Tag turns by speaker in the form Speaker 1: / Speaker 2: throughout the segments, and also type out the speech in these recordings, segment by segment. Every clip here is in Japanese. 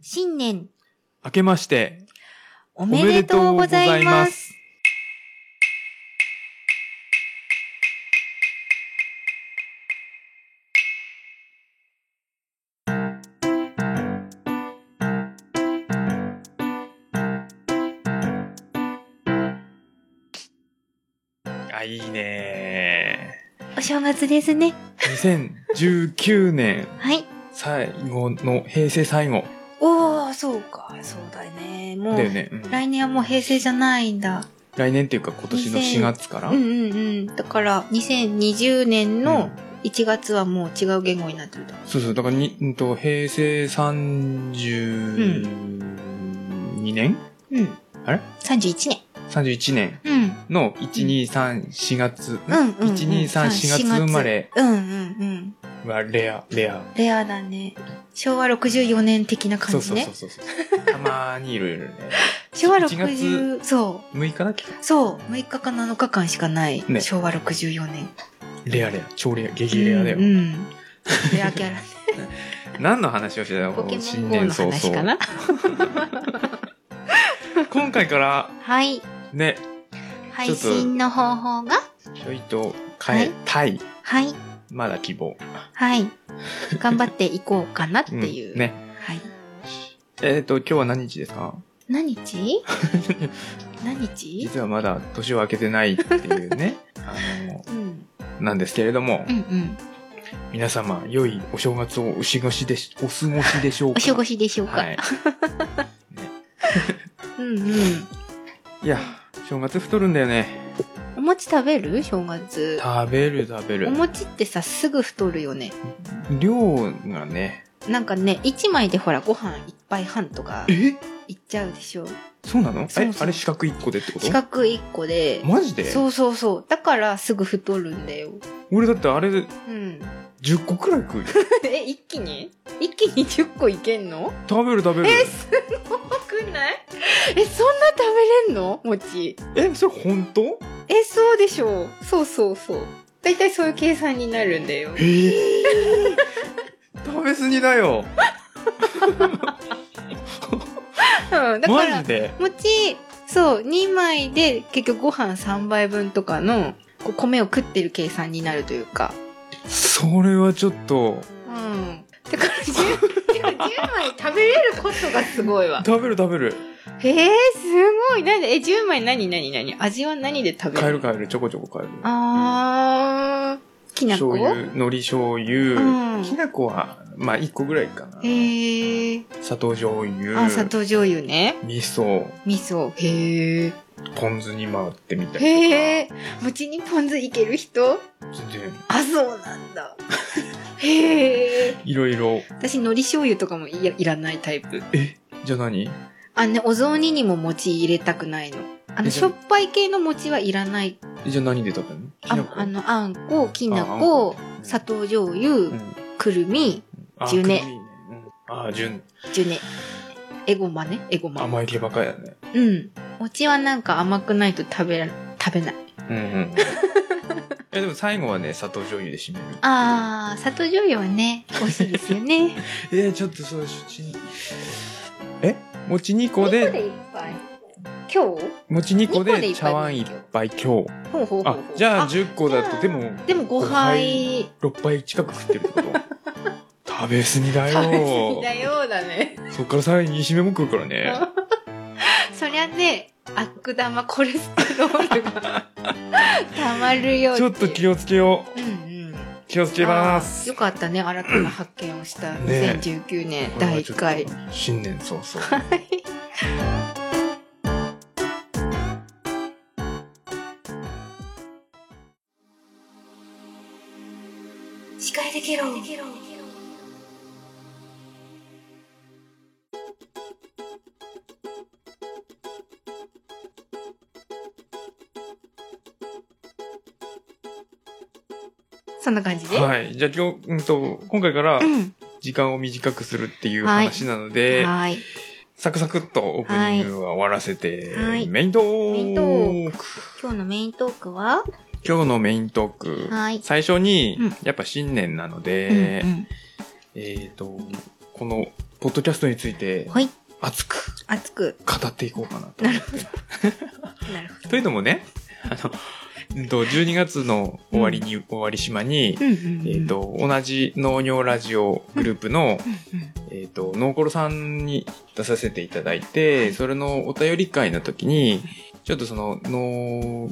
Speaker 1: 新年、
Speaker 2: 明けまして、
Speaker 1: おめでとうございます。。
Speaker 2: あ、いいね
Speaker 1: お正月ですね。
Speaker 2: ー。2019年
Speaker 1: はい。
Speaker 2: 最後の、平成最後
Speaker 1: おー、そうか、そうだね。もう、
Speaker 2: だよね。うん
Speaker 1: 来年はもう平成じゃないんだ。
Speaker 2: 来年っていうか今年の4月から。
Speaker 1: うんうんうん。だから、2020年
Speaker 2: う
Speaker 1: の
Speaker 2: ん
Speaker 1: 1月はもう違う言語になってるだ。
Speaker 2: そうそう、だからに、うんと、平成32年
Speaker 1: うん。
Speaker 2: あれ
Speaker 1: ?31 年。
Speaker 2: ?31 年
Speaker 1: うん。
Speaker 2: の1、2、3、4月。
Speaker 1: うんうん、うん。
Speaker 2: 1、2、3、4月生まれ
Speaker 1: うんうんうん。
Speaker 2: はレア、レア。
Speaker 1: レアだね。昭和64年的な
Speaker 2: そ
Speaker 1: 感
Speaker 2: う
Speaker 1: じ
Speaker 2: そう
Speaker 1: ね。
Speaker 2: そうそう。たまーにいろいろね。
Speaker 1: 昭和
Speaker 2: 1月
Speaker 1: 60、そう。
Speaker 2: 6日だっけ
Speaker 1: そう、6日か7日間しかない、
Speaker 2: ね
Speaker 1: 昭和64年。
Speaker 2: レアレア。超レア。激レアだよ。
Speaker 1: うん、うん。レアキ ャラ、
Speaker 2: 何の話をしてたの
Speaker 1: ポケモン
Speaker 2: 新
Speaker 1: GO
Speaker 2: 年
Speaker 1: の
Speaker 2: 早
Speaker 1: 話か
Speaker 2: 々。
Speaker 1: な。
Speaker 2: 今回から、
Speaker 1: はい。
Speaker 2: ね、
Speaker 1: 配信の方法が
Speaker 2: ちょいと変えたい。
Speaker 1: はい。
Speaker 2: まだ希望。
Speaker 1: はい。頑張っていこうかなっていう。
Speaker 2: うんね。
Speaker 1: はい。
Speaker 2: えっ、と、今日は何日ですか
Speaker 1: 何日 何日
Speaker 2: 実はまだ年を明けてないってい うね、あの、
Speaker 1: うん。
Speaker 2: なんですけれども、
Speaker 1: うんうん。
Speaker 2: 皆様、良いお正月をお過ごしでし、お過ごしでしょう
Speaker 1: お
Speaker 2: か
Speaker 1: 過ごしでしょうか。
Speaker 2: はい。
Speaker 1: うんうん。
Speaker 2: いや、正月太るんだよね。
Speaker 1: お餅食べる正月。
Speaker 2: 食べる食べ
Speaker 1: お
Speaker 2: る。
Speaker 1: 餅ってさ、すぐ太るよね。
Speaker 2: 量がね、
Speaker 1: なんかね、1枚でほら、ご飯一杯半とか
Speaker 2: え
Speaker 1: いっちゃうでしょ。
Speaker 2: そうなの
Speaker 1: そうそう
Speaker 2: え、あれ四角一個でってこと
Speaker 1: 四角1個で。
Speaker 2: マジで
Speaker 1: そうそうそう。だからすぐ太るんだよ。
Speaker 2: 俺だってあれ
Speaker 1: うん。
Speaker 2: 10個くらい食うよ。
Speaker 1: え、一気に一気に10個いけんの
Speaker 2: 食べる食べる。
Speaker 1: え、すごくないえ、そんな食べれんの餅。
Speaker 2: え、それ本当
Speaker 1: え、そうでしょう。そうそうそう。だいたいそういう計算になるんだよ。
Speaker 2: ええ食べ過ぎだよ。
Speaker 1: うん。だか
Speaker 2: マ
Speaker 1: ら
Speaker 2: ジ、で
Speaker 1: 餅、そう、2枚で結局ご飯3杯分とかの、こう米を食ってる計算になるというか。
Speaker 2: それはちょっと、
Speaker 1: うん。だから10、でも10枚食べれることがすごいわ。
Speaker 2: 食べる食べる。
Speaker 1: へえすごい。なんで、え、10枚何何何味は何で食べる
Speaker 2: 買える買える、ちょこちょこ買える。
Speaker 1: あー、きな
Speaker 2: 醤
Speaker 1: こ
Speaker 2: 油、海苔醤油、
Speaker 1: うん
Speaker 2: きな粉は、まあ1個ぐらいかな。
Speaker 1: へえ
Speaker 2: 砂糖醤油、
Speaker 1: あ、砂糖醤油ね。
Speaker 2: 味噌、
Speaker 1: 味噌。へえ
Speaker 2: ポン酢に回ってみたりとか。
Speaker 1: へえ餅にポン酢いける人
Speaker 2: 全然、
Speaker 1: あ、そうなんだ。へえ
Speaker 2: いろいろ。
Speaker 1: 私、海苔醤油とかもいやいらないタイプ。
Speaker 2: え、じゃあ何
Speaker 1: あ、ね、お雑煮にも餅入れたくないの。あの、
Speaker 2: え
Speaker 1: しょっぱい系の餅はいらない。
Speaker 2: じゃあ何で食べるのき
Speaker 1: あ
Speaker 2: な粉
Speaker 1: あの、あんこ、きな
Speaker 2: ああん
Speaker 1: こ
Speaker 2: こ、
Speaker 1: 砂糖醤油、
Speaker 2: うん
Speaker 1: くるみ、
Speaker 2: あ
Speaker 1: ジュネ
Speaker 2: クリームいいねうんあ、ジュネ。
Speaker 1: ジュネ。エゴマね、エゴマ。
Speaker 2: 甘い系ばっかりだね。
Speaker 1: うん。餅はなんか甘くないと食べら、食べない。
Speaker 2: う んうん。え、でも最後はね、砂糖醤油で締める。
Speaker 1: あー、砂糖醤油はね、美味しいですよね。
Speaker 2: えー、ちょっとそう、ししえ餅2個
Speaker 1: こ
Speaker 2: で、
Speaker 1: れいっぱい。今日
Speaker 2: 餅2個
Speaker 1: 二個でいっ
Speaker 2: で
Speaker 1: ぱい
Speaker 2: 茶碗1杯今日。
Speaker 1: ほうほうほうほ
Speaker 2: あ
Speaker 1: う。、
Speaker 2: じゃあ
Speaker 1: で
Speaker 2: 10個だ
Speaker 1: あ
Speaker 2: と、でも、
Speaker 1: も5杯。
Speaker 2: 6杯近く食ってるってこと 食べ過ぎだよ
Speaker 1: 食べ過ぎだよだね。
Speaker 2: そっからさらに2締めも食うからね。
Speaker 1: そりゃね、悪玉コレステロールが たまるよってい
Speaker 2: ちょ
Speaker 1: う。
Speaker 2: っと気をつけよう。
Speaker 1: うんうん。
Speaker 2: 気をつけます。
Speaker 1: あーよかったね、新たな発見をした
Speaker 2: ね
Speaker 1: 2019年
Speaker 2: これ
Speaker 1: 第
Speaker 2: は
Speaker 1: 1
Speaker 2: ちょっと
Speaker 1: 回。。
Speaker 2: 新年早々。
Speaker 1: 司会できろそんな感じで、
Speaker 2: はい。じゃあ今日、うんと、今回から
Speaker 1: うん
Speaker 2: 時間を短くするっていう
Speaker 1: はい
Speaker 2: 話なので、
Speaker 1: はい
Speaker 2: サクサクっとオープニングは終わらせて、
Speaker 1: はい
Speaker 2: メイントーク
Speaker 1: メイントー今日のメイントークは
Speaker 2: 今日のメイントーク、
Speaker 1: はい
Speaker 2: 最初に、
Speaker 1: うん
Speaker 2: やっぱ新年なので、
Speaker 1: うんうん
Speaker 2: えっ、と、このポッドキャストについて
Speaker 1: はい。
Speaker 2: 熱く
Speaker 1: 熱く。
Speaker 2: 語っていこうかなと。
Speaker 1: なるほど。なるほ
Speaker 2: というのもね、あの、うんと、12月の終わりに、終わり島に、
Speaker 1: ど。うんうんうん
Speaker 2: えっ、、と、同じ農業ラジオグループの、
Speaker 1: うんうん
Speaker 2: えっ、と、ノーコロさんに出させていただいて、それのお便り会の時に、ちょっとその、農、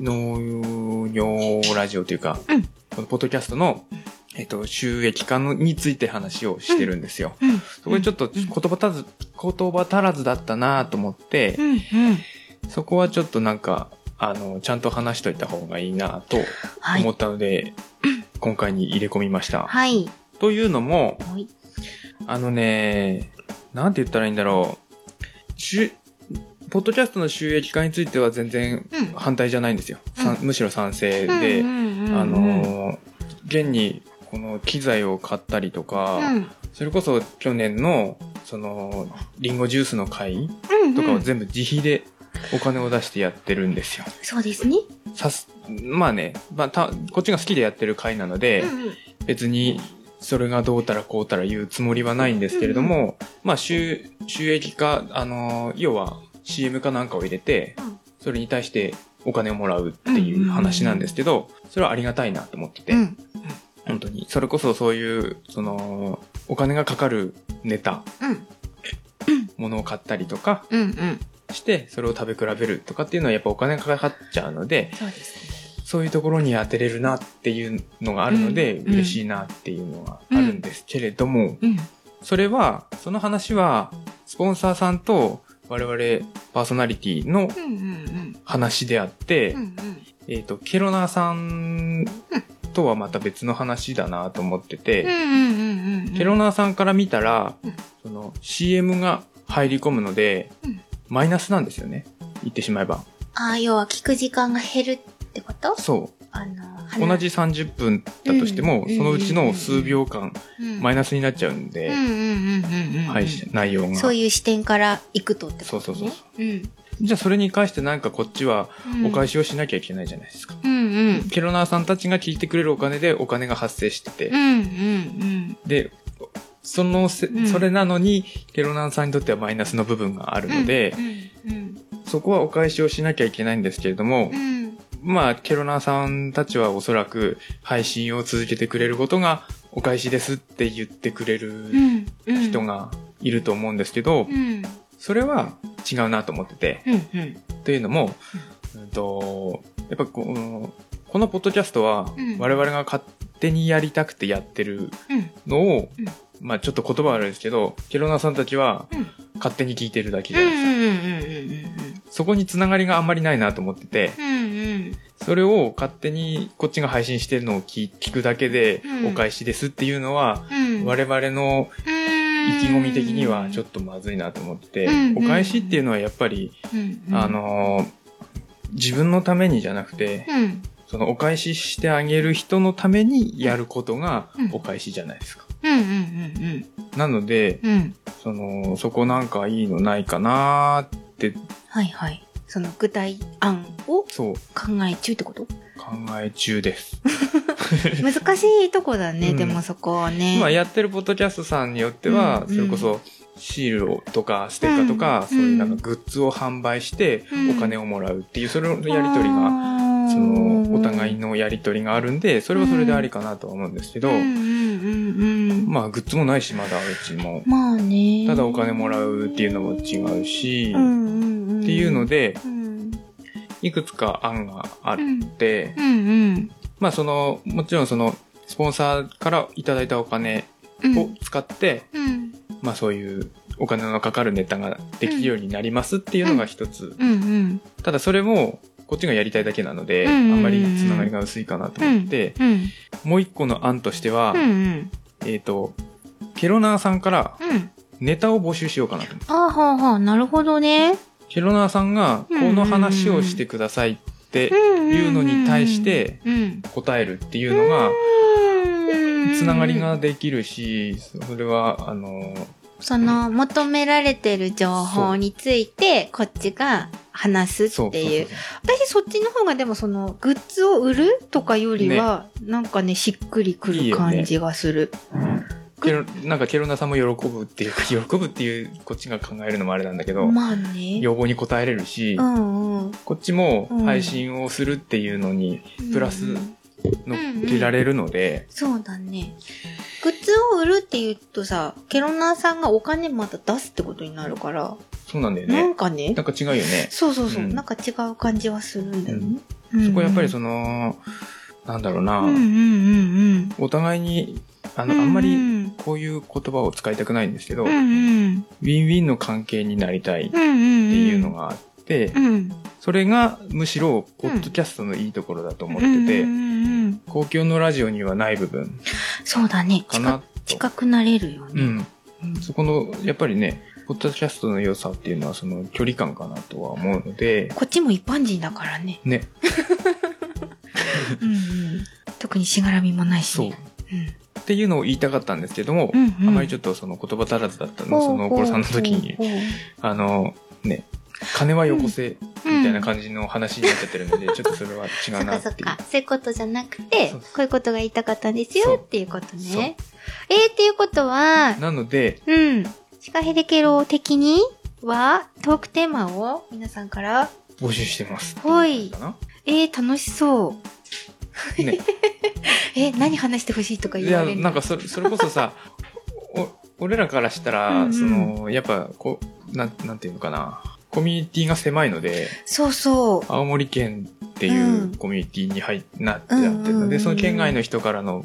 Speaker 2: 農業ラジオというか、
Speaker 1: うん
Speaker 2: このポッドキャストの、えっ、と、収益化のについて話をしてるんですよ。
Speaker 1: うん。
Speaker 2: そこでちょっと
Speaker 1: うん
Speaker 2: 言葉足らず、言葉足らずだったなと思って
Speaker 1: う、んうん。
Speaker 2: そこはちょっとなんか、あの、ちゃんと話しといた方がいいなと
Speaker 1: は
Speaker 2: 思
Speaker 1: い。
Speaker 2: ったので、今回に入れ込みました。
Speaker 1: はい。
Speaker 2: というのも、
Speaker 1: はい。
Speaker 2: あのね、なんて言ったらいいんだろう。しゅポッドキャストの収益化については全然
Speaker 1: うん
Speaker 2: 反対じゃないんですよ。さんむしろ賛成で、あ
Speaker 1: あ
Speaker 2: のー、現にこの機材を買ったりとか、それこそ去年の、その、リンゴジュースの会とかを全部自費でお金を出してやってるんですよ。
Speaker 1: そうですね。
Speaker 2: さす、まあね、まあた、こっちが好きでやってる会なので、
Speaker 1: うんうん
Speaker 2: 別にそれがどうたらこうたら言うつもりはないんですけれども、まあ収収益化、あのー要は CM かなんかを入れて、
Speaker 1: うん
Speaker 2: それに対してお金をもらうっていう話なんですけど、それはありがたいなと思ってて、
Speaker 1: うん
Speaker 2: 本当に。それこそそういう、その、お金がかかるネタ、
Speaker 1: うん
Speaker 2: ものを買ったりとか
Speaker 1: うんうん。
Speaker 2: して、それを食べ比べるとかっていうのはやっぱお金がかかっちゃうので、
Speaker 1: そうですね。
Speaker 2: そういうところに当てれるなっていうのがあるので、
Speaker 1: うん
Speaker 2: 嬉しいなっていうのがあるんですけれども、
Speaker 1: うん。
Speaker 2: それは、その話は、スポンサーさんと我々パーソナリティの
Speaker 1: うんうん
Speaker 2: 話であって、
Speaker 1: うん。うんうん。
Speaker 2: えっ、と、ケロナーさんとはまた別の話だなと思って
Speaker 1: うん
Speaker 2: て、
Speaker 1: うんうんうん。
Speaker 2: ケロナーさんから見たら、
Speaker 1: うん
Speaker 2: その CM が入り込むので、
Speaker 1: うん
Speaker 2: マイナスなんですよね。言ってしまえば。
Speaker 3: ああ、要は聞く時間が減るってこと
Speaker 2: そ
Speaker 3: あの、
Speaker 2: う。同じ30分だとしても、
Speaker 1: うん
Speaker 2: そのうちの数秒間、
Speaker 1: うん
Speaker 2: マイナスになっちゃうんで
Speaker 1: うん、うんうんうんうん。
Speaker 2: 配信、内容が。
Speaker 3: そういう視点から行くとって
Speaker 2: そ
Speaker 3: こ
Speaker 2: う
Speaker 3: と、
Speaker 2: そ
Speaker 3: ね、
Speaker 2: うそうそう。
Speaker 1: うん。
Speaker 2: じゃあそれに関してなんかこっちは
Speaker 1: うん。
Speaker 2: お返しをしなきゃいけないじゃないですか。
Speaker 1: うんうん。
Speaker 2: ケロナーさんたちが聞いてくれるお金でお金が発生してて、
Speaker 1: うんうん
Speaker 2: で、そのせ、
Speaker 1: うん
Speaker 2: それなのに、ケロナーさんにとってはマイナスの部分がある
Speaker 1: うん。
Speaker 2: ので
Speaker 1: う、んうん
Speaker 2: そこはお返しをしなきゃいけないんですけれども
Speaker 1: う、ん。
Speaker 2: まあ、ケロナーさんたちはおそらく配信を続けてくれることがお返しですって言ってくれ
Speaker 1: う
Speaker 2: る
Speaker 1: んうん。
Speaker 2: 人。がいると思うんですけど
Speaker 1: う、ん
Speaker 2: それは違うなと思ってて、
Speaker 1: うんうん。
Speaker 2: というのも、うんと、やっぱこの、このポッドキャストは
Speaker 1: うん、
Speaker 2: 我々が勝手にやりたくてやってる
Speaker 1: うん
Speaker 2: のを、
Speaker 1: うん
Speaker 2: まあちょっと言葉はあるんですけど、ケロナさんたちは
Speaker 1: うん
Speaker 2: 勝手に聞いてるだけじ
Speaker 1: うん
Speaker 2: ゃないです
Speaker 1: う
Speaker 2: か。
Speaker 1: んうんうん
Speaker 2: そこにつながりがあんまりないなと思ってて、
Speaker 1: うん
Speaker 2: それを勝手にこっちが配信してるのを聞聞くだけで
Speaker 1: うん
Speaker 2: お返しですっていうのは、
Speaker 1: うん。
Speaker 2: 我々の意気
Speaker 1: 意
Speaker 2: 込み的にはちょっ
Speaker 1: と、
Speaker 2: とまずいなと思ってて、
Speaker 1: うん
Speaker 2: お返しっていうのはやっぱり、
Speaker 1: うんうん
Speaker 2: あ、のー自分のためにじゃなくて、
Speaker 1: うん
Speaker 2: そのお返ししてあげる人のためにやることが
Speaker 1: うん
Speaker 2: お返しじゃないですか。
Speaker 1: うんうん
Speaker 2: なので、
Speaker 1: うんうんうん。
Speaker 2: その、そこなんかいいのないかなーって、
Speaker 1: はいはい。その具体案を考
Speaker 2: そう、
Speaker 1: え中ってこと
Speaker 2: 考え中です。
Speaker 1: 難しいとこだね、
Speaker 2: うん
Speaker 1: でもそこはね。
Speaker 2: 今やってるポッドキャストさんによっては、
Speaker 1: うん
Speaker 2: それこそシールをとかステッカーとか、
Speaker 1: うん
Speaker 2: そういうなんかグッズを販売して
Speaker 1: うん
Speaker 2: お金をもらうっていう、それのやりとり
Speaker 1: が
Speaker 2: が、その、お互い
Speaker 1: の
Speaker 2: のやりとりがあるんで、それはそれでありかなとは思うんですけど、
Speaker 1: うんうんうんうん。
Speaker 2: まあグッズもないし、まだうちも。
Speaker 1: まあね。
Speaker 2: ただお金もらうっていうのも違うし、
Speaker 1: うんうんうん、
Speaker 2: っていうの
Speaker 1: で、
Speaker 2: で、
Speaker 1: うん、
Speaker 2: いくつか案があっ
Speaker 1: うん
Speaker 2: て、
Speaker 1: うんうん
Speaker 2: まあその、もちろんその、スポンサーからいただいたお金
Speaker 1: うん
Speaker 2: を使って、
Speaker 1: うん
Speaker 2: まあそういうお金のかかるネタができるようになりますっていうのが一つ。
Speaker 1: うんうん
Speaker 2: ただそれも、こっちがやりたいだけなので、
Speaker 1: う
Speaker 2: あ
Speaker 1: んうんうん
Speaker 2: んまりつながりが薄いかなと思って、
Speaker 1: うん
Speaker 2: もう一個の案としては
Speaker 1: うんう、ん
Speaker 2: えっと、ケロナーさんから
Speaker 1: うん
Speaker 2: ネタを募集しようかなと思って。
Speaker 1: ああはあはあなるほどね。
Speaker 2: ケロナーさんが、この話をしてくださいっ
Speaker 1: い
Speaker 2: ていうのに対して
Speaker 1: うん
Speaker 2: 答えるっていうのが、
Speaker 1: うん
Speaker 2: つながりができるし、それは、あの、
Speaker 3: その、求められてる情報について、こっちが話す
Speaker 2: そう。
Speaker 3: っていう。
Speaker 2: そう
Speaker 1: 私そっちの方がでもそのグッズを売るとかよりは、なんかねしっくりくる感じがする。
Speaker 2: ケロなんかケロナさんも喜ぶっていう か喜ぶっていうこっちが考えるのもあれなんだけど、
Speaker 1: まあね。
Speaker 2: 要望に応えれるし、
Speaker 1: うんうん。
Speaker 2: こっちも
Speaker 1: うん
Speaker 2: 配信をするっていうのにプラス
Speaker 1: うん
Speaker 2: 乗っけられるので、
Speaker 1: そうだね。グッズを売るって言うとさ、ケロナーさんがお金また出すってことになるから、
Speaker 2: そうなんだよ
Speaker 1: な
Speaker 2: ね
Speaker 1: ん。かね
Speaker 2: な、んか違うよね。
Speaker 1: そうそうそう、
Speaker 2: うん
Speaker 1: なんか違う感じはするんだよね。
Speaker 2: そこはやっぱり
Speaker 1: そ
Speaker 2: その、なんだろうな、
Speaker 1: うんうんうん
Speaker 2: お互いに、あ
Speaker 1: うん。
Speaker 2: の、あんま
Speaker 1: う
Speaker 2: り
Speaker 1: ん
Speaker 2: こういう言葉を使いたくないんですけど、
Speaker 1: うん。う
Speaker 2: ウ
Speaker 1: ん
Speaker 2: ィンウィンの関係になりたいっ
Speaker 1: う
Speaker 2: て
Speaker 1: んうん。
Speaker 2: いうのがあって、
Speaker 1: うん。
Speaker 2: それがむしろ、ポッドキャストのいいところだと思ってて、
Speaker 1: うんうんうんうん
Speaker 2: 公共のラジオにはない部分
Speaker 1: そうだね。
Speaker 2: か
Speaker 1: 近
Speaker 2: な
Speaker 1: く近くなれるよ
Speaker 2: う
Speaker 1: ね。
Speaker 2: ん。
Speaker 1: うん
Speaker 2: そこの、やっぱりね、ポッドキャストの良さっていうのは、その距離感かなとは思うので、
Speaker 1: こっちも一般人だからね。
Speaker 2: ね、
Speaker 1: うんうん特にしがらみもないし
Speaker 2: そう。
Speaker 1: ね。
Speaker 2: っていうのを言いたかったんですけども、
Speaker 1: うんうん
Speaker 2: あまりちょっとその言葉足らずだったの
Speaker 1: ほうほ
Speaker 2: で、そうのお頃さんの時に、
Speaker 1: ほうほう
Speaker 2: あの、ね、金はよこせ、み
Speaker 1: うん
Speaker 2: たいな感じの話になっちゃってるので、ちょっとそれは違
Speaker 1: そうっ
Speaker 2: な
Speaker 1: か
Speaker 2: って
Speaker 1: そ
Speaker 2: い
Speaker 1: っ
Speaker 2: う。
Speaker 1: か。そういうことじゃなくて、
Speaker 2: そ
Speaker 1: こ
Speaker 2: うそう
Speaker 1: ういうことが言いたかったんです
Speaker 2: そう
Speaker 1: よっていうこと
Speaker 2: そう
Speaker 1: ね。えー、っていうことは、
Speaker 2: なので、
Speaker 1: うん。シカヘデケロ的には、トークテーマを皆さんから、
Speaker 2: 募集してます。
Speaker 1: ほい
Speaker 2: かな
Speaker 1: えー、楽しそう。
Speaker 2: ね。
Speaker 1: え、何話してほしいとか
Speaker 2: い
Speaker 1: 言わ
Speaker 2: や、
Speaker 1: れる
Speaker 2: なんかそれ、それこそさ、お、俺らからしたら、
Speaker 1: うんうん
Speaker 2: その、やっぱ、こう、なん、なんていうのかな。コミュニティが狭いので、
Speaker 1: そうそう。
Speaker 2: 青森県って
Speaker 1: う
Speaker 2: い
Speaker 1: ん
Speaker 2: うコミュニティに入っなってやってる
Speaker 1: うんうんう
Speaker 2: の
Speaker 1: んう
Speaker 2: で、
Speaker 1: ん
Speaker 2: その県外の人からの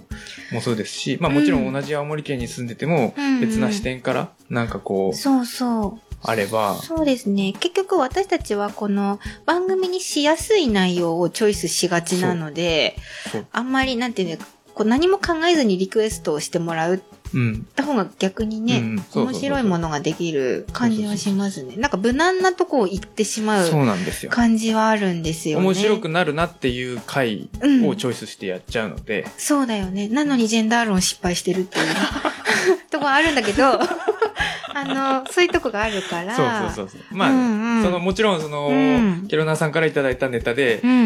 Speaker 2: もそうですし、まあもちろん同じ青森県に住んでても
Speaker 1: うんうん、
Speaker 2: 別な視点からなんかこう、
Speaker 1: そうそう。
Speaker 2: あれば、
Speaker 1: そうですね。結局私たちはこの番組にしやすい内容をチョイスしがちなので
Speaker 2: そうそう、
Speaker 1: あんまりなんていうのこう何も考えずにリクエストをしてもらう
Speaker 2: うん、
Speaker 1: った方が逆にね、
Speaker 2: うんそうそうそう
Speaker 1: 面白いものができる感じはしますね。なんか無難なとこを行ってしま
Speaker 2: そううなんですよ。
Speaker 1: 感じはあるんですよね。
Speaker 2: 面白くなるなっていう回
Speaker 1: う
Speaker 2: を
Speaker 1: ん
Speaker 2: チョイスしてやっちゃうので、
Speaker 1: そうだよね。なのにジェンダー論失敗してるっていう とこはあるんだけど、 あの、そういうとこがあるから。
Speaker 2: そうそうそうそう。まあ、
Speaker 1: うんうん
Speaker 2: そのもちろんその、
Speaker 1: うん
Speaker 2: ケロナーさんからいただいたネタで、
Speaker 1: うんう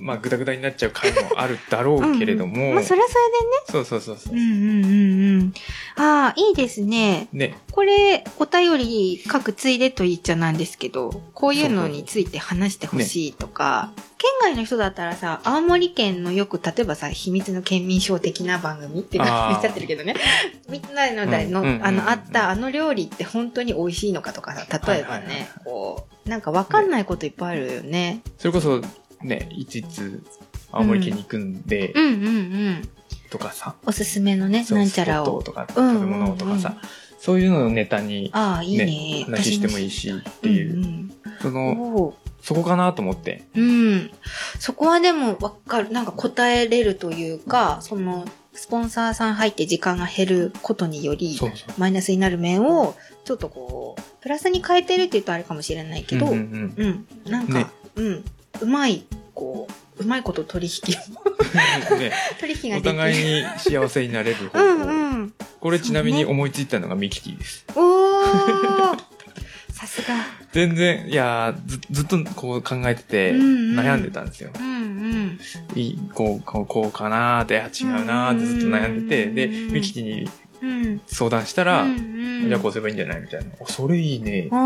Speaker 1: ん。
Speaker 2: まあグダグダになっちゃう回もあるだろうけれども、
Speaker 1: まあ、それはそれ
Speaker 2: そうそうそうそう
Speaker 1: で。ね。うんうんうんうん。ああ、いいですね。
Speaker 2: ね、
Speaker 1: これ、お便り書くついでと言っちゃなんですけど、こういうのについて話してほしいとか、県外の人だったらさ、青森県のよく、例えばさ、秘密の県民賞的な番組って言っ
Speaker 2: あー
Speaker 1: ちゃってるけどね、みんなの代の
Speaker 2: うんうんうんうん
Speaker 1: あの、あったあの料理って本当に美味しいのかとかさ、例えば
Speaker 2: はいはいはい
Speaker 1: ね、こう、なんかわかんないこといっぱいあるよね。
Speaker 2: それこそ、ね、いちいち青森県に行くんで、
Speaker 1: うんうんうん。
Speaker 2: とかさ、
Speaker 1: おすすめのね、
Speaker 2: そう
Speaker 1: なんちゃら
Speaker 2: スポッ
Speaker 1: を
Speaker 2: ト。とか
Speaker 1: うんうんうん
Speaker 2: 食べ物とかさ、そういうのをネタに、
Speaker 1: ああ、いいね。
Speaker 2: 話してもいいしって
Speaker 1: 私
Speaker 2: いう、
Speaker 1: も知りたい。
Speaker 2: そ
Speaker 1: うんうん
Speaker 2: の、
Speaker 1: おー
Speaker 2: そこかなと思って。
Speaker 1: うん。そこはでもわかる、なんか答えれるというか、その、スポンサーさん入って時間が減ることにより
Speaker 2: そ、うそう。
Speaker 1: マイナスになる面を、ちょっとこう、プラスに変えてるって言うとあれかもしれないけど、う、
Speaker 2: うんうん ん
Speaker 1: なんか、
Speaker 2: ね
Speaker 1: うん、うまい、こう、うまいこと取引を、
Speaker 2: うんね、
Speaker 1: 取引が
Speaker 2: お
Speaker 1: できる。
Speaker 2: 互いに幸せになれる方
Speaker 1: う
Speaker 2: 法。
Speaker 1: んうん。
Speaker 2: これちなみに思いついたのがミキティです。
Speaker 1: おーさすが。
Speaker 2: 全然、いやーず、ずっとこう考えてて、
Speaker 1: うんうん
Speaker 2: 悩んでたんですよ。
Speaker 1: うんうん。
Speaker 2: いいこう、こう、こうかなーって、あ違うなーってずっと悩んでて、で、ミキティに
Speaker 1: うん。
Speaker 2: 相談したら、
Speaker 1: うんうん
Speaker 2: じゃあこうすればいいんじゃないみたいな。あそれいいね。
Speaker 1: うん。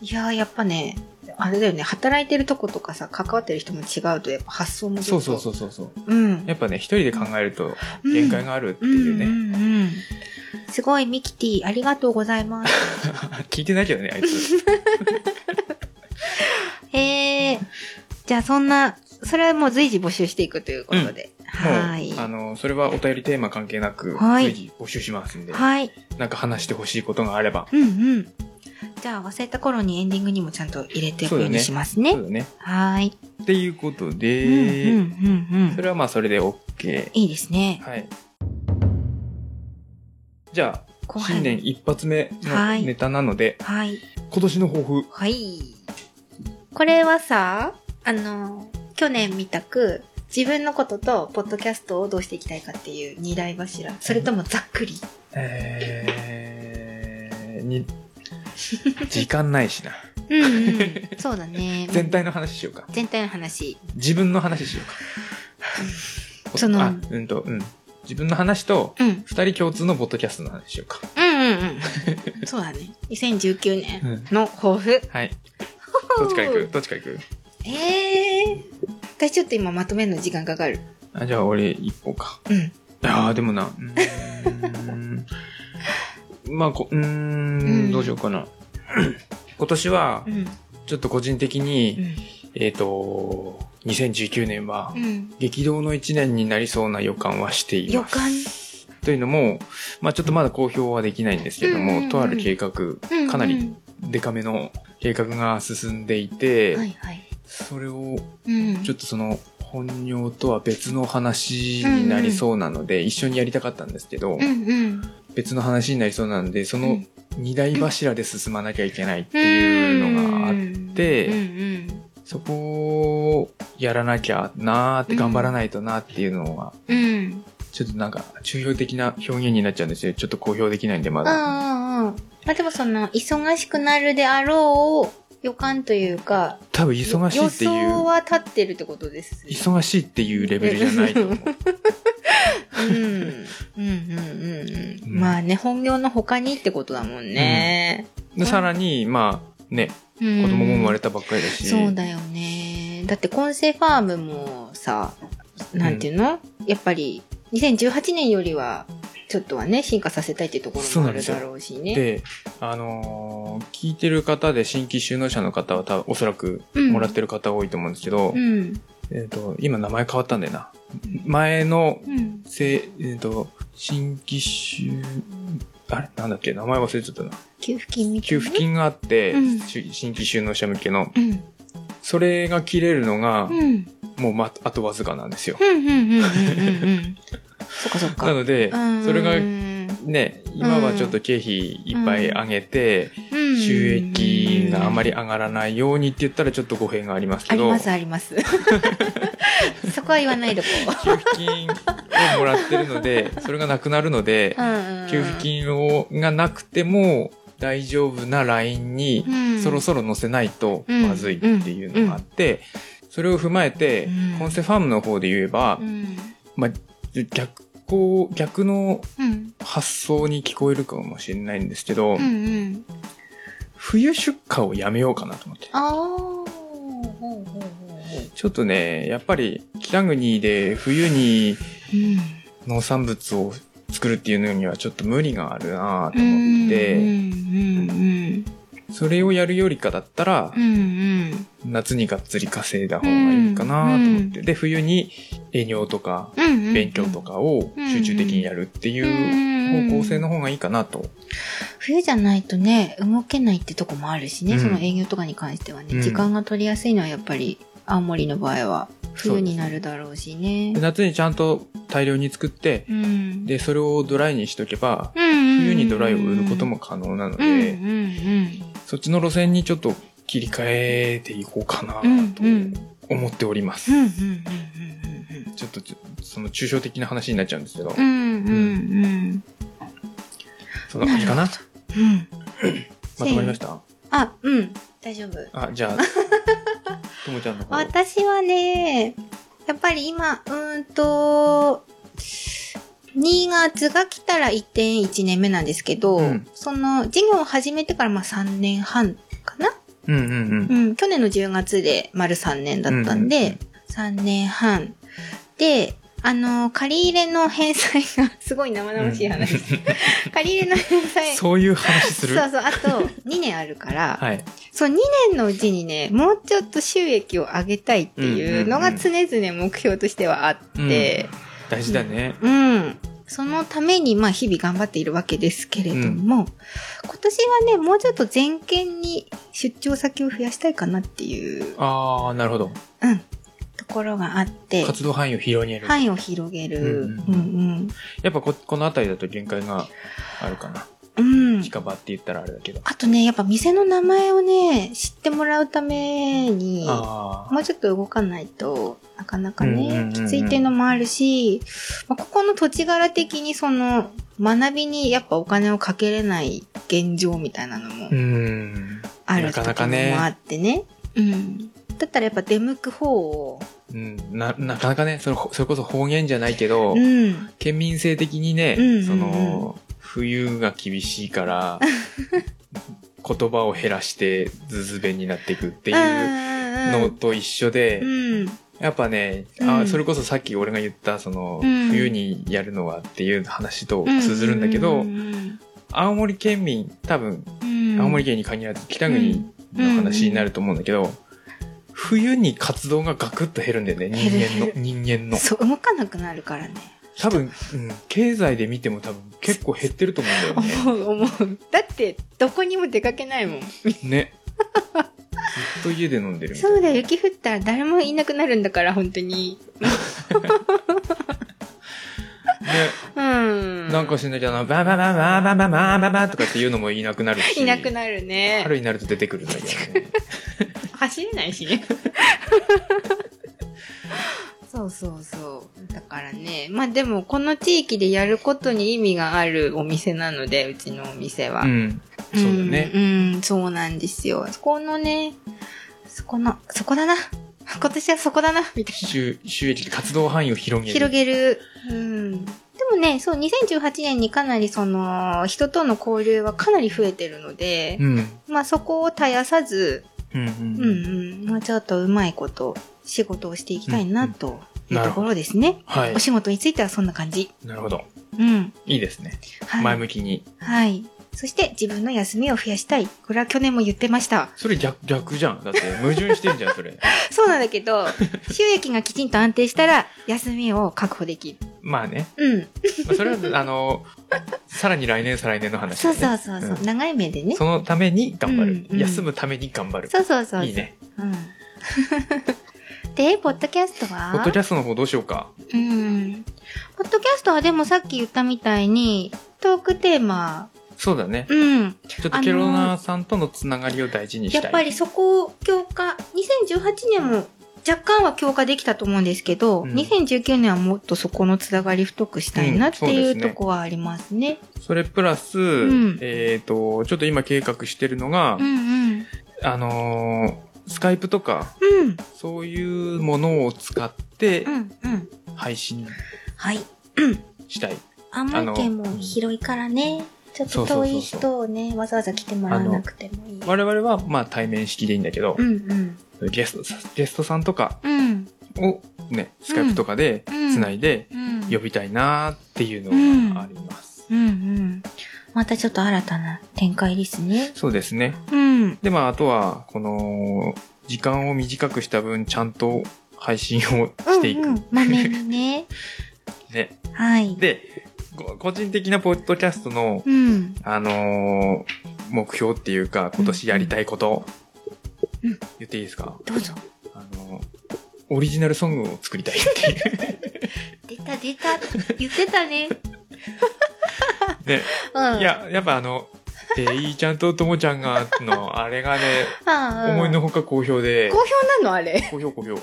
Speaker 1: いやー、やっぱね、あれだよね、働いてるとことかさ、関わってる人も違うと、やっぱ発想もち
Speaker 2: そ
Speaker 1: ょ
Speaker 2: う
Speaker 1: っと
Speaker 2: そうそうそうそ
Speaker 1: う
Speaker 2: う。
Speaker 1: ん。
Speaker 2: やっぱね、一人で考えると
Speaker 1: うん
Speaker 2: 限界があるって
Speaker 1: うん
Speaker 2: いうね。
Speaker 1: うんうんすごい、ミキティ、ありがとうございます。
Speaker 2: 聞いてないけどね、あ いつ。
Speaker 1: えー、じゃあそんな、それはもう随時募集していくということで。
Speaker 2: もう
Speaker 1: はい。
Speaker 2: あの、それはお便りテーマ関係なく、
Speaker 1: はい
Speaker 2: 随時募集しますんで、
Speaker 1: はい。
Speaker 2: なんか話してほしいことがあれば。
Speaker 1: うんうん。じゃあ忘れた頃にエンディングにもちゃんと入れておくようにしますね。
Speaker 2: そうだね。
Speaker 1: はい。
Speaker 2: っていうことで、
Speaker 1: うんうんうんう
Speaker 2: そ
Speaker 1: ん。
Speaker 2: れはまあそれで OK。
Speaker 1: いいですね。
Speaker 2: はい。じゃあ、
Speaker 1: 後半
Speaker 2: 新年一発目
Speaker 1: は
Speaker 2: の
Speaker 1: い
Speaker 2: ネタなので、
Speaker 1: はい。
Speaker 2: 今年の抱負。
Speaker 1: はい。これはさ、あの、去年みたく、自分のことと、ポッドキャストをどうしていきたいかっていう二大柱。それともざっくり。
Speaker 2: えー、 に、時間ないしな。
Speaker 1: うん、うん。そうだ ね
Speaker 2: 全体の話しようか。
Speaker 1: 全体の話。
Speaker 2: 自分の話しようか。
Speaker 1: その
Speaker 2: あ、うんと、うん。自分の話と、
Speaker 1: うん。
Speaker 2: 二人共通のポッドキャストの話しようか。
Speaker 1: うんうんうん。そうだね。2019年
Speaker 2: うん
Speaker 1: の抱負。
Speaker 2: はい。どっちから行くどっちから行く
Speaker 1: ええー。私ちょっと今まとめるの時間かかる。
Speaker 2: あ、じゃあ俺一個か。
Speaker 1: うん。
Speaker 2: ああ、でもな。うーんまあ、こうー
Speaker 1: うん
Speaker 2: ん、どうしようかな。 今年は
Speaker 1: う、ん。
Speaker 2: ちょっと個人的
Speaker 1: う
Speaker 2: に、
Speaker 1: ん。
Speaker 2: えっと、2019年は
Speaker 1: う、ん。
Speaker 2: 激動の1年になりそうな予感はしてい
Speaker 1: 予
Speaker 2: ます。
Speaker 1: 感。
Speaker 2: というのも、まあちょっとまだ公表はできないんですけど
Speaker 1: うんうんうん
Speaker 2: も、とある計画、
Speaker 1: うん
Speaker 2: かなり
Speaker 1: うん
Speaker 2: デカめの計画が進んでいて、
Speaker 1: はいはい。
Speaker 2: それを
Speaker 1: うん。
Speaker 2: ちょっとその本業とは別の話になりそうなので、一緒にやりたかったんですけど、
Speaker 1: うんうん。
Speaker 2: 別の話になりそうなので、そうの
Speaker 1: ん
Speaker 2: 二大柱で進まなきゃいけないっていうのがあって、て
Speaker 1: うんうん
Speaker 2: そこをやらなきゃなーって
Speaker 1: うん
Speaker 2: 頑張らないとなーっていうのは、
Speaker 1: うん。
Speaker 2: ちょっとなんか抽象的な表現になっちゃうんですよ。ちょっと公表できないんでま
Speaker 1: あ
Speaker 2: だ。
Speaker 1: あ、ああまあでもその、忙しくなるであろう予感というか、
Speaker 2: 多分忙しいってい
Speaker 1: 予想
Speaker 2: う、
Speaker 1: は立ってるってことです。
Speaker 2: 忙しいっていうレベルじゃないと 思う。
Speaker 1: うん。うんうんうんう
Speaker 2: うん
Speaker 1: ん。まあね、本業の他にってことだもんね。
Speaker 2: でさらに、まあね、
Speaker 1: 子
Speaker 2: 子供も生まれ
Speaker 1: た
Speaker 2: たばっかりだし。
Speaker 1: そうだよね。だって、根性ファームもさ、なんていうのやっぱり、2018年よりは、ちょっとはね、進化させたいってところもあるだろうしね。
Speaker 2: で、あのー聞いてる方で新規収納者の方は多分おそらく
Speaker 1: うん
Speaker 2: もらってる方多いと思うんですけど、
Speaker 1: うん。
Speaker 2: えっ、と、今名前変わったんだよな。前の、
Speaker 1: うん。
Speaker 2: せ、えっ、と、新規収、あれなんだっけ名前忘れちゃったな。
Speaker 1: 給付金みたい
Speaker 2: 給
Speaker 1: な。
Speaker 2: 付金があって、
Speaker 1: うん
Speaker 2: し新規収納者向けの、
Speaker 1: 金。
Speaker 2: それが切れるのが、
Speaker 1: うん。うん。
Speaker 2: もうま、あとわずかなんですよ。
Speaker 1: うんうんうんうんうんうん。そっかそっか。
Speaker 2: なので、それが
Speaker 1: が、
Speaker 2: ね、今はちょっと経費いっぱい上げて、収益があまり上がらないようにって言ったらちょっと語弊があります
Speaker 1: あ
Speaker 2: け
Speaker 1: り
Speaker 2: ど、
Speaker 1: ますあります。そこは言わないでこ
Speaker 2: 給付金をもらってるので、それがなくなるので
Speaker 1: う。、うんうん
Speaker 2: 給付金をがなくても大丈夫なラインに
Speaker 1: うん
Speaker 2: そろそろ載せないとまずいっていうのがあって、それを踏まえて
Speaker 1: うん、
Speaker 2: コンセファームの方で言えば
Speaker 1: う、ん
Speaker 2: まあ、逆行、逆の
Speaker 1: うん
Speaker 2: 発想に聞こえるかもしれないんですけど
Speaker 1: うんう、ん。
Speaker 2: 冬出荷をやめようかなと思って。
Speaker 1: ああ。ほうほうほうほう
Speaker 2: ちょっとね、やっぱり北国で冬に
Speaker 1: うん
Speaker 2: 農産物を作るっていうのにはちょっと無理があるなと
Speaker 1: うん
Speaker 2: 思って、
Speaker 1: うんうん
Speaker 2: それをやるよりかだったら
Speaker 1: うんう、ん
Speaker 2: 夏にがっつり稼いだ方がいいかなと思って、で、冬に営業とか
Speaker 1: うんうん
Speaker 2: 勉強とかを集中的にやるっていう
Speaker 1: い
Speaker 2: 方向性の方がいいかなと。
Speaker 1: 冬じゃないとね動けないってとこもあるしね、
Speaker 2: うん
Speaker 1: その営業とかに関してはね、
Speaker 2: うん
Speaker 1: 時間が取りやすいのはやっぱり青森の場合は冬になるだろうしね
Speaker 2: で夏にちゃんと大量に作って、
Speaker 1: うん
Speaker 2: で、それをドライにしとけば、
Speaker 1: 冬
Speaker 2: 冬にドライを売ることも可能なの
Speaker 1: うんうん
Speaker 2: で、そっちの路線にちょっと切り替えていこうかな
Speaker 1: うんうん
Speaker 2: と
Speaker 1: うんうんうん
Speaker 2: 思っております。
Speaker 1: うん
Speaker 2: ちょっとちょ、その抽象的な話になっちゃうんですけど、
Speaker 1: うんうんうんうん
Speaker 2: そのあれかな
Speaker 1: うん
Speaker 2: まとまりました
Speaker 1: あうん大丈夫
Speaker 2: あ、じゃあ、ともちゃんの方。
Speaker 1: 私はねやっぱり今うーんと2月が来たら1.1年目なんですけど、
Speaker 2: うん
Speaker 1: その事業を始めてからまあ3年半かな
Speaker 2: うんうんうん。
Speaker 1: うん、去年の10月で丸3年だったんで、
Speaker 2: うんうんうん
Speaker 1: 3年半。で、あの、借り入れの返済が、 すごい生々しい 話。借り入れの返済。
Speaker 2: そういう話する
Speaker 1: そうそう、あと2年あるから、
Speaker 2: はい。
Speaker 1: そう2年のうちにね、もうちょっと収益を上げたいっていうのが常々目標としてはあって、
Speaker 2: 大事だね。
Speaker 1: うん。そのために、まあ、日々頑張っているわけですけれども、今年はね、もうちょっと全県に出張先を増やしたいかなっていう
Speaker 2: ああ、なるほど。
Speaker 1: うん、ところがあって、
Speaker 2: 活動範囲を広げる。
Speaker 1: 範囲を広げる。う
Speaker 2: うんやっぱこ、この辺りだと限界があるかな。
Speaker 1: うん。うん。
Speaker 2: 近場って言ったらあれだけど。
Speaker 1: あとね、やっぱ店の名前をね、知ってもらうために、
Speaker 2: ああ。
Speaker 1: もうちょっと動かないとなかなか
Speaker 2: うんうんう
Speaker 1: ね
Speaker 2: ん、
Speaker 1: きついっていうのもあるし、まあ、ここの土地柄的にその、学びにやっぱお金をかけれない現状みたいなのも
Speaker 2: うん。
Speaker 1: ある
Speaker 2: なかな
Speaker 1: 時
Speaker 2: か
Speaker 1: も
Speaker 2: ね
Speaker 1: あってね。うん。だったらやっぱ出向く方を
Speaker 2: うん、な、なかなかね、それ、それこそ方言じゃないけど、
Speaker 1: うん。
Speaker 2: 県民性的にね、
Speaker 1: うんうんうん
Speaker 2: その、冬が厳し いから、言葉を減らして、ズズ弁になっていくっていうの
Speaker 1: う
Speaker 2: と一緒で、
Speaker 1: ん。
Speaker 2: やっぱね、
Speaker 1: う
Speaker 2: あ
Speaker 1: ん
Speaker 2: それこそさっき俺が言った、その、
Speaker 1: うん
Speaker 2: 冬にやるのはっていう話と
Speaker 1: うん。
Speaker 2: 通ずるんだけど、
Speaker 1: うん
Speaker 2: 青森県民、多分、
Speaker 1: うん
Speaker 2: 青森県に限らず北国の話になると思うんだけど、冬に活動がガクッと減るんだよね、人間の
Speaker 1: 減る。
Speaker 2: 人間の。
Speaker 1: そう、動かなくなるからね。
Speaker 2: 多分、うん、経済で見ても多分結構減ってると思うん だよね。
Speaker 1: 思う、思う。
Speaker 4: だって、どこにも出かけないもん。
Speaker 2: ね。ずっと家で飲んでるみたい
Speaker 1: そうだ
Speaker 2: な。
Speaker 1: よ、雪降ったら誰もいなくなるんだから、本当に。うん。
Speaker 2: で、なんかしなきゃな、バババババババババとかっていうのもいなくなる し。
Speaker 1: いなくなるね。
Speaker 2: 春になると出てくるんだけどね。
Speaker 1: 走れない しね。そうそうそう。だからね。まあでも、この地域でやることに意味があるお店なので、うちのお店は。
Speaker 2: うん。そうだね
Speaker 1: う。ん、うんそうなんですよ。そこのね、そこの、そこだな。今年はそこだな、みたい
Speaker 2: 収収益で活動範囲を広
Speaker 1: な。
Speaker 2: げる。
Speaker 1: 広げる。うん。でもね、そう、2018年にかなりその、人との交流はかなり増えてるので、
Speaker 2: うん。
Speaker 1: まあそこを絶やさず、
Speaker 2: うん
Speaker 1: うん
Speaker 2: うん。
Speaker 1: うん、もうちょっとうまいこと、仕事をしていきたいな、というところですね。
Speaker 2: はい
Speaker 1: お。仕事についてはそんな感じ。
Speaker 2: なるほど。
Speaker 1: うん。
Speaker 2: いいですね。
Speaker 1: はい。
Speaker 2: 前向きに。
Speaker 1: はい。そして自分の休みを増やしたい。これは去年も言ってました。
Speaker 2: それ逆、逆じゃん。だって矛盾して んじゃん、それ。
Speaker 1: そうなんだけ ど、収益がきちんと安定したら、休みを確保できる。
Speaker 2: まあね。
Speaker 1: うん。
Speaker 2: まあそれは、あの、さらに来年、再来年の話だ
Speaker 1: そ
Speaker 2: ね、
Speaker 1: うそうそうそう、
Speaker 2: うん
Speaker 1: 長い目でね。
Speaker 2: そのために頑張る
Speaker 1: う。んうん
Speaker 2: 休むために頑張る。
Speaker 1: そうそうそう。
Speaker 2: いいね。
Speaker 1: うん。 で、ポッドキャストは
Speaker 2: ポッドキャストの方どうしようか。
Speaker 1: うん。ポッドキャストはでもさっき言ったみたいに、トークテーマ、
Speaker 2: そうだね。
Speaker 1: うん。
Speaker 2: ちょっとケロナーさんとのつながりを大事にした
Speaker 1: や
Speaker 2: い。
Speaker 1: っぱりそこを強化、2018年も若干は強化できたと思うんですけど、
Speaker 2: うん
Speaker 1: 2019年はもっとそこのつながり太くしたいなって
Speaker 2: うん
Speaker 1: い
Speaker 2: そう
Speaker 1: う
Speaker 2: ですね
Speaker 1: とこはありますね。
Speaker 2: それプラス、
Speaker 1: ん
Speaker 2: えっ、と、ちょっと今計画してるのが、
Speaker 1: うんうん。
Speaker 2: あのースカイプとか、
Speaker 1: うん。
Speaker 2: そういうものを使って
Speaker 1: うんうん。
Speaker 2: 配信
Speaker 1: はい。
Speaker 2: したい。
Speaker 1: 青森県も広いからね。ちょっと遠い人をね、わざわざ来てもらわなくてもいい。
Speaker 2: 我々は、まあ対面式でいいんだけど
Speaker 1: う、んうん。
Speaker 2: ゲストさ、ゲストさんとか
Speaker 1: うん。
Speaker 2: をね、スカイプとかで
Speaker 1: うん
Speaker 2: 繋いで
Speaker 1: うん。
Speaker 2: 呼びたいなーっていうのがあります。
Speaker 1: うんうん。またちょっと新たな展開ですね。
Speaker 2: そうですね。
Speaker 1: うん。
Speaker 2: で、まあ、あとは、この、時間を短くした分、ちゃんと配信をしていく。
Speaker 1: うんうん、まめにね。
Speaker 2: ね。
Speaker 1: はい。
Speaker 2: で、ご個人的なポッドキャストの、
Speaker 1: うん。
Speaker 2: あのー目標っていうか、今年やりたいこと、
Speaker 1: うん
Speaker 2: 言っていいですか
Speaker 1: どうぞ。
Speaker 2: あのーオリジナルソングを作りたいって いう。
Speaker 1: 出た出た。言ってた ね。
Speaker 2: ね、
Speaker 1: うん。
Speaker 2: い、や、やっぱあの、で、いいちゃんとともちゃんが、の、あれがね、
Speaker 1: ああ、
Speaker 2: 思いのほか好評で
Speaker 4: 好、評なのあれ。
Speaker 2: 好評好評。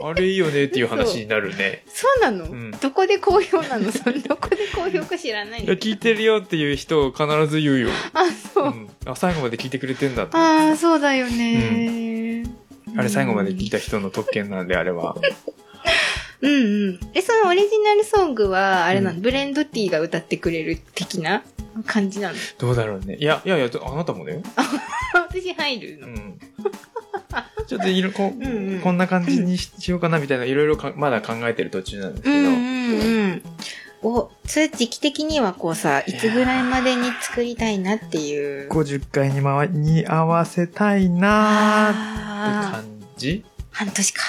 Speaker 2: あれいいよねっていう話になるね。
Speaker 4: そうなの、
Speaker 2: うん
Speaker 4: どこで好評なのそれ
Speaker 1: どこで好評か知ら ない
Speaker 2: いや、聞いてるよっていう人を必ず言うよ。
Speaker 4: あ、そうう。
Speaker 2: ん。あ、最後まで聞いてくれてんだって。あ
Speaker 4: ああ、そうだよね、
Speaker 2: れ最後まで聞いた人の特権なんで、あれは。
Speaker 4: うんうん。え、そのオリジナルソングは、あれなの、ブレンドティーが歌ってくれる的な感じなの
Speaker 2: どうだろうね。いや、いやいや、あなたもだよ。
Speaker 4: 私入る
Speaker 2: う
Speaker 4: の。
Speaker 2: ん。ちょっといろいろこう、
Speaker 4: うんうん
Speaker 2: こんな感じにししようかなみたいな、いろいろかまだ考えてる途中なんですけ
Speaker 1: う
Speaker 2: ど。
Speaker 1: んうんうん。お、それ時期的にはこうさ、いつぐらいまでに作りたいなっていう。
Speaker 2: 50回にまわに合わせたいなーって
Speaker 1: ああ、
Speaker 2: 感じ
Speaker 1: 半年か。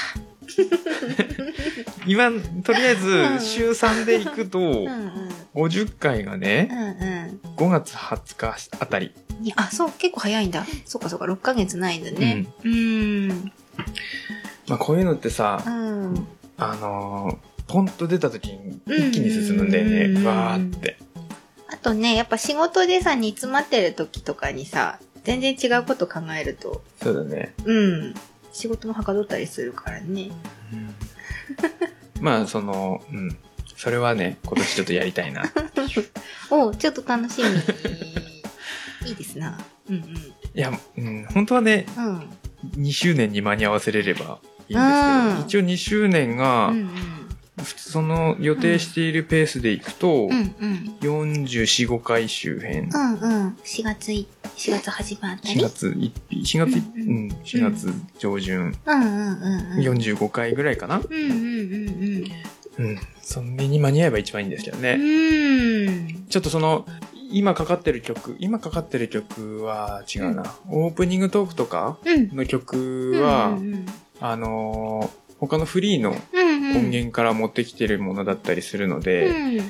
Speaker 2: 今、とりあえ
Speaker 1: うん
Speaker 2: ず、週3で行くと
Speaker 1: うん、うん。
Speaker 2: 50回が
Speaker 1: う
Speaker 2: ね、
Speaker 1: んうん。
Speaker 2: 5月20日あたり。
Speaker 1: にあ、そう、結構早いんだ。そっかそっか、6ヶ月ないんだね。うん。
Speaker 2: まあ、こういうのってさ、
Speaker 1: うん。
Speaker 2: あのーポンと出た時に
Speaker 1: うん
Speaker 2: 一気に進むんだよね。
Speaker 1: うん
Speaker 2: わーって。
Speaker 1: あとね、やっぱ仕事でさ、煮詰まってる時とかにさ、全然違うこと考えると、
Speaker 2: そうだね。
Speaker 1: うん。仕事もはかどったりするからね。
Speaker 2: まあ、その、うん。それはね、今年ちょっとやりたい な。
Speaker 1: おうちょっと楽し み。いいですな。うん
Speaker 2: いや、うん、本当はね、
Speaker 1: うん。うん。
Speaker 2: 2周年に間に合わせれればいいんですけど、一応2周年が
Speaker 3: う、ん
Speaker 2: 普通その予定しているペースでいくと
Speaker 3: うん。う、んうん。
Speaker 2: 44、5回周辺、
Speaker 3: うんうん。4月い、4月始まった
Speaker 2: 4
Speaker 3: り。
Speaker 2: 月1日、4月い、
Speaker 3: う
Speaker 2: うんん、4月上旬、
Speaker 3: うんうんうんうん。
Speaker 2: 45回ぐらいかな。
Speaker 3: うんうんうん
Speaker 2: うん。それに間に合えば一番いいんですけど
Speaker 3: うん。う
Speaker 2: ね。
Speaker 3: ん。
Speaker 2: ちょっとその、今かかってる曲、今かかってる曲は違うな。オープニングトークとか
Speaker 3: うん。
Speaker 2: の曲は、
Speaker 3: うんうん
Speaker 2: あのー他のフリーの
Speaker 3: うんうん。
Speaker 2: 音源から持ってきてるものだったりするので、
Speaker 3: うん。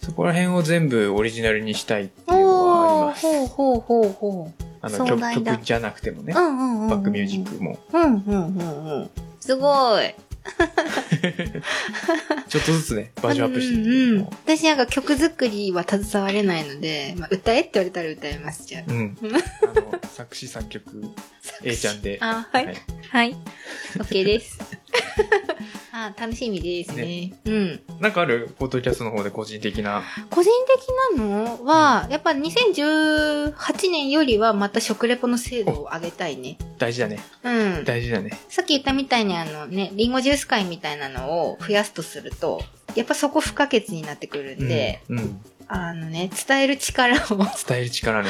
Speaker 2: そこら辺を全部オリジナルにしたいっていうのはあり
Speaker 3: おー、
Speaker 2: ます。
Speaker 3: ほうほうほうほう。
Speaker 2: あ
Speaker 3: 壮
Speaker 2: の曲
Speaker 3: 大だ
Speaker 2: 曲じゃなくてもね、
Speaker 3: う
Speaker 2: バ
Speaker 3: んうんうん。
Speaker 2: ックミュージッ。クも
Speaker 3: うんうんうんうん。すごい。
Speaker 2: ちょっとずつね、バージョンアップしていく
Speaker 3: うんうん
Speaker 2: も
Speaker 1: 私なんか曲作りは携われないので、まあ、歌えって言われたら歌えます、じゃあ。
Speaker 2: う、うん、 あの作詞作曲 A ちゃんで、
Speaker 1: あ、はい。
Speaker 2: はい
Speaker 1: はい。OK です。 あ、楽しみですね。うん。
Speaker 2: なんかあるポッドキャストの方で個人的な、
Speaker 1: 個人的なのは、やっぱ2018年よりはまた食レポの精度を上げたいね。
Speaker 2: 大事だね、
Speaker 1: うん。
Speaker 2: 大事だね。
Speaker 1: さっき言ったみたいにあのね、リンゴジュース会みたいなのを増やすとすると、やっぱそこ不可欠になってくるんで、
Speaker 2: うん、うん
Speaker 1: あのね、伝える力を。
Speaker 2: 伝える力 ね、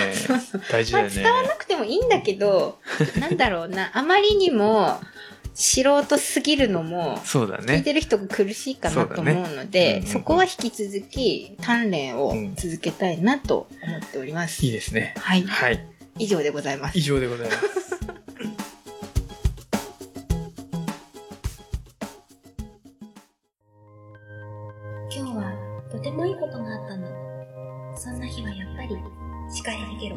Speaker 2: 大事だよね。
Speaker 1: なくてもいいんだけ ど、なんだろうな、あまりにも素人すぎるのも、
Speaker 2: そうだ
Speaker 1: 聞い
Speaker 2: ね。
Speaker 1: てる人が苦しいかなと思うの
Speaker 2: だね
Speaker 1: で、
Speaker 2: うんうん
Speaker 1: そこは引き続き鍛錬を続けたいなと思っております。
Speaker 2: いいですね。
Speaker 1: はい。
Speaker 2: はい。
Speaker 1: 以上でございます。
Speaker 2: 以上でございます。
Speaker 5: 今日はとてもいいことがあったの。そんな日はやっぱり司会でゲロ。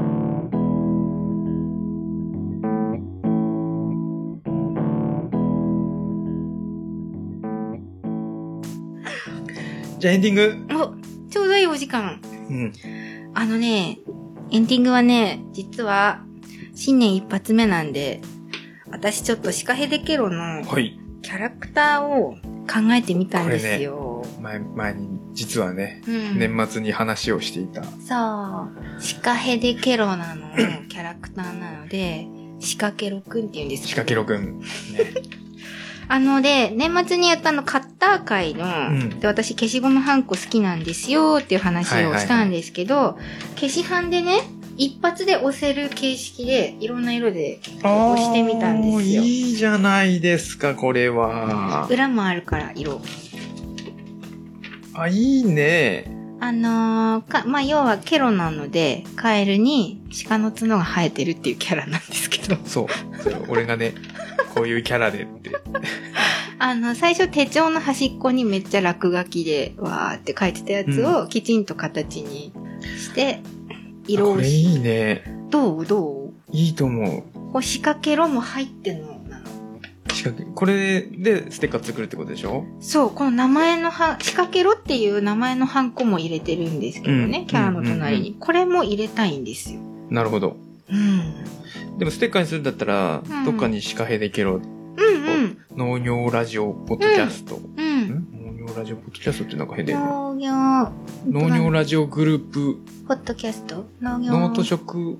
Speaker 2: じゃあエンディング。
Speaker 1: お、ちょうどいいお時間。
Speaker 2: うん。
Speaker 1: あのね、エンディングはね、実は、新年一発目なんで、私ちょっとシカヘデケロの
Speaker 2: はい。
Speaker 1: キャラクターを考えてみたんですよ。
Speaker 2: 前、前に、実はね、
Speaker 1: うん。
Speaker 2: 年末に話をしていた。
Speaker 1: そう。シカヘデケロなの、キャラクターなので、シカケロくんって言うんです
Speaker 2: 仕
Speaker 1: けど
Speaker 2: 掛けろくん。ね。
Speaker 1: あので、年末にやったあの、カッター会の、
Speaker 2: ん
Speaker 1: で、私消しゴムハンコ好きなんですよっていう話
Speaker 2: はいはい
Speaker 1: を
Speaker 2: はい
Speaker 1: したんですけど、消し版でね、一発で押せる形式で、いろんな色で押してみたんですよ
Speaker 2: あー。いいじゃないですか、これは。
Speaker 1: 裏もあるから、色。
Speaker 2: あ、いいね。
Speaker 1: あのーか、まあ、要はケロなので、カエルに鹿の角が生えてるっていうキャラなんですけど、
Speaker 2: そう。それ俺がね、こういうキャラでって。
Speaker 1: あの、最初手帳の端っこにめっちゃ落書きで、わーって書いてたやつをきちんと形にして、色
Speaker 2: こ
Speaker 1: を
Speaker 2: れ
Speaker 1: し
Speaker 2: いいね。
Speaker 1: どうどう
Speaker 2: いいと思
Speaker 1: 仕掛けろも入ってんのなの。
Speaker 2: う。仕掛け、これでステッカー作るってことでしょ
Speaker 1: そう、この名前のは、仕掛けろっていう名前のハンコも入れてるんですけどね、
Speaker 2: うん
Speaker 1: キャラの隣に、
Speaker 2: う
Speaker 1: これも入れたいんですよ。
Speaker 2: なるほど。
Speaker 1: うん。
Speaker 2: でもステッカーにするんだったら、
Speaker 1: うん
Speaker 2: どっかにシカヘデケロ、
Speaker 1: うんうん。
Speaker 2: 農業ラジオポッドキャスト。
Speaker 1: うん。
Speaker 2: ん農業ラジオポッドキャストってなんか変だよね。
Speaker 1: 農業、
Speaker 2: 農業ラジオグループ、
Speaker 1: ポッドキャスト農業。
Speaker 2: 農と食、
Speaker 1: うん。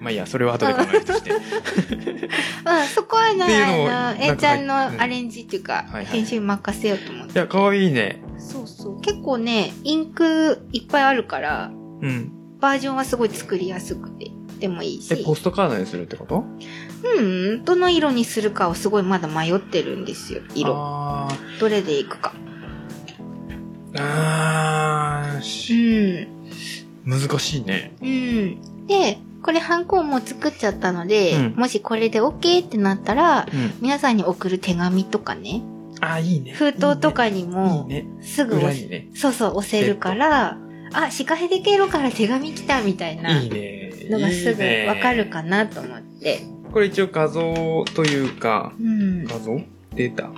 Speaker 2: まあいいや、それは後で考えるとして。
Speaker 1: うん、そこはな、
Speaker 2: っていうのを
Speaker 1: あ
Speaker 2: な
Speaker 1: の、
Speaker 2: んか
Speaker 1: えいちゃんの
Speaker 2: うん
Speaker 1: アレンジっていうか、
Speaker 2: いはい
Speaker 1: 編集に任せようと思っ
Speaker 2: い
Speaker 1: て。
Speaker 2: や、かわいいね。
Speaker 1: そうそう。結構ね、インクいっぱいあるから、
Speaker 2: うん。
Speaker 1: バージョンはすごい作りやすくて、でもいいし。
Speaker 2: え、ポストカードにするってこと
Speaker 1: うん、どの色にするかをすごいまだ迷ってるんですよ、色。
Speaker 2: あー
Speaker 1: どれでいくか。
Speaker 2: あー
Speaker 1: う
Speaker 2: し
Speaker 1: ん、
Speaker 2: 難しいね。
Speaker 1: うん。で、これハンコも作っちゃったので、
Speaker 2: うん
Speaker 1: もしこれで OK ってなったら、
Speaker 2: うん。
Speaker 1: 皆さんに送る手紙とかね、
Speaker 2: あーいいね。
Speaker 1: 封筒とかに
Speaker 2: いい
Speaker 1: も、
Speaker 2: ね。
Speaker 1: すぐ押
Speaker 2: 裏
Speaker 1: す、
Speaker 2: にね。
Speaker 1: そうそう、押せるから、あ、シカヘデケロから手紙来たみたいない
Speaker 2: いね。
Speaker 1: のがすぐわかるか
Speaker 2: な。
Speaker 1: なと思って。
Speaker 2: これ一応画像というか、
Speaker 1: うん。
Speaker 2: 画像データ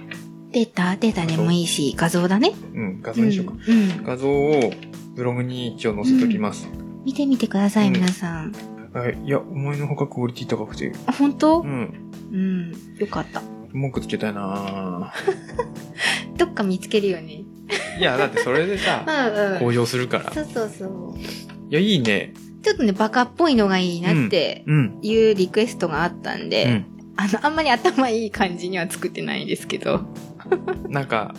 Speaker 1: データ、データでもいいし、画像だね。
Speaker 2: うん、画
Speaker 1: う
Speaker 2: 像
Speaker 1: ん。
Speaker 2: にしようか。
Speaker 1: うん。
Speaker 2: 画像をブログに一応載せときます。
Speaker 1: 見てみてください、
Speaker 2: うん
Speaker 1: 皆さん。
Speaker 2: あいや、思いのほかクオリティ高くて。
Speaker 1: あ、本当
Speaker 2: うん。
Speaker 1: うん。よかった。
Speaker 2: 文句つけたいな
Speaker 1: どっか見つけるよね。
Speaker 2: ぁいや、だってそれでさ
Speaker 1: う、んうん。
Speaker 2: 向上するから。い
Speaker 1: そうそうそう。
Speaker 2: や、いいね。
Speaker 1: ちょっとね、バカっぽいのがいいなって
Speaker 2: うん。
Speaker 1: いうリクエストがあったんで、
Speaker 2: うん。
Speaker 1: あの、あんまり頭いい感じには作ってないですけど。
Speaker 2: なんか、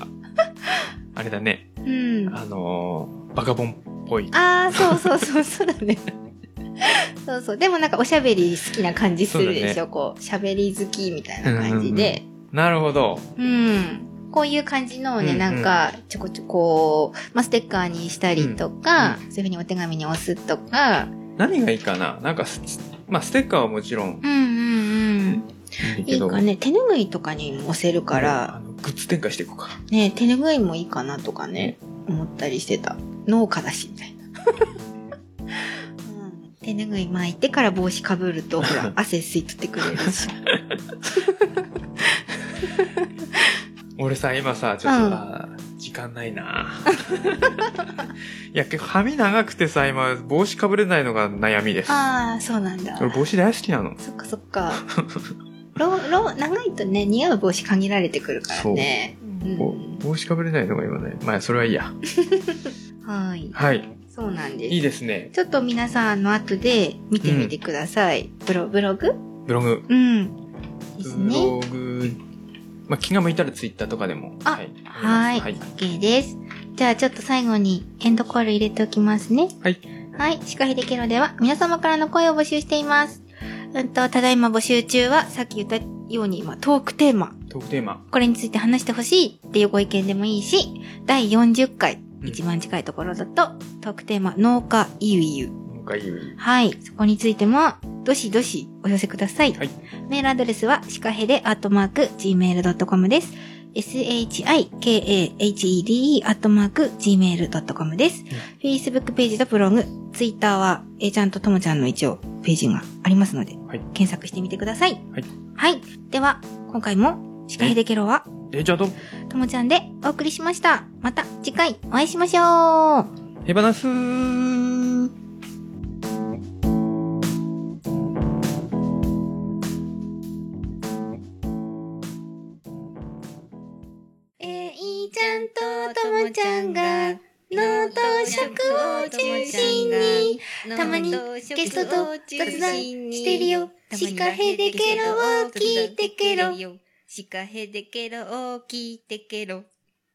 Speaker 2: あれだね。
Speaker 1: うん。
Speaker 2: あのー、バカボンっぽい。
Speaker 1: ああ、そうそうそう、そうだね。そうそう。でもなんかおしゃべり好きな感じするで
Speaker 2: そう
Speaker 1: し
Speaker 2: だ
Speaker 1: ょ。こう、しゃべり好きみたいな感じで。
Speaker 2: なるほど。
Speaker 1: うん。こういう感じのを
Speaker 2: うん
Speaker 1: ね、
Speaker 2: うん
Speaker 1: なんか、ちょこちょこ、まあ、ステッカーにしたりとか、そういうふうにお手紙に押すとか、
Speaker 2: 何がいいかななんかス、まあ、ステッカーはもちろん
Speaker 1: うんうんうん。
Speaker 2: いい
Speaker 1: い
Speaker 2: け
Speaker 1: い
Speaker 2: ど。
Speaker 1: かね、手拭いとかにも押せるか
Speaker 2: あ
Speaker 1: ら、
Speaker 2: のグッズ展開していこうか。
Speaker 1: ね、手拭いもいいかなとかね、思ったりしてた。農家だし、みたいな。 うん手拭い巻いてから帽子かぶると、ほ ら、汗吸い取ってくれるし。
Speaker 2: 俺さ、今さ、ちょっと
Speaker 1: うん
Speaker 2: さ、時間ないな いや、結構髪長くてさ、今、帽子かぶれないのが悩みです。
Speaker 1: ああ、そうなんだ。
Speaker 2: 俺帽子大好きなの。
Speaker 1: そっかそっか。ローロー長いとね、似合う帽子限られてくるからね。うん
Speaker 2: ぼ帽子かぶれないのが今ね。まあ、それはいいや。
Speaker 1: はい。
Speaker 2: はい。
Speaker 1: そうなんです。
Speaker 2: いいですね。
Speaker 1: ちょっと皆さん、あの、後で見てみてください。ブロ、ブログ
Speaker 2: ブログ。
Speaker 1: うん。です
Speaker 2: ブ
Speaker 1: ね。
Speaker 2: ログ。まあ、気が向いたらツイッターとかでも。
Speaker 1: あ
Speaker 2: い
Speaker 1: はい。
Speaker 2: はい。
Speaker 1: OK です。じゃあちょっと最後にエンドコール入れておきますね。
Speaker 2: はい。
Speaker 1: はい。シカヒデケロでは皆様からの声を募集しています。うんと、ただいま募集中は、さっき言ったように、まあ、トークテーマ。
Speaker 2: トークテーマ。
Speaker 1: これについて話してほしいっていうご意見でもいいし、第40回、
Speaker 2: うん
Speaker 1: 一番近いところだと、トークテーマ、農家ゆいゆ。
Speaker 2: なんかいい。
Speaker 1: はい。そこについても、どしどしお寄せください。
Speaker 2: はい
Speaker 1: メールアドレスは、シカヘデアットマーク、gmail.com です。shikahede アットマーク、gmail.com です。Facebook ページとブログ、Twitter は、えーちゃんとともちゃんの一応、ページがありますので、
Speaker 2: はい
Speaker 1: 検索してみてください。
Speaker 2: はい。
Speaker 1: はい。では、今回も、シカヘデケロは、
Speaker 2: え、じゃあどう
Speaker 1: ともちゃんでお送りしました。また次回お会いしましょう
Speaker 2: ヘバナスー
Speaker 3: えー、いーちゃんとともちゃんが、脳と食を中心に、たまにゲストと雑談してるよ。シカヘデケロを聞いてケロ。シカヘデケロを聞いてケロ。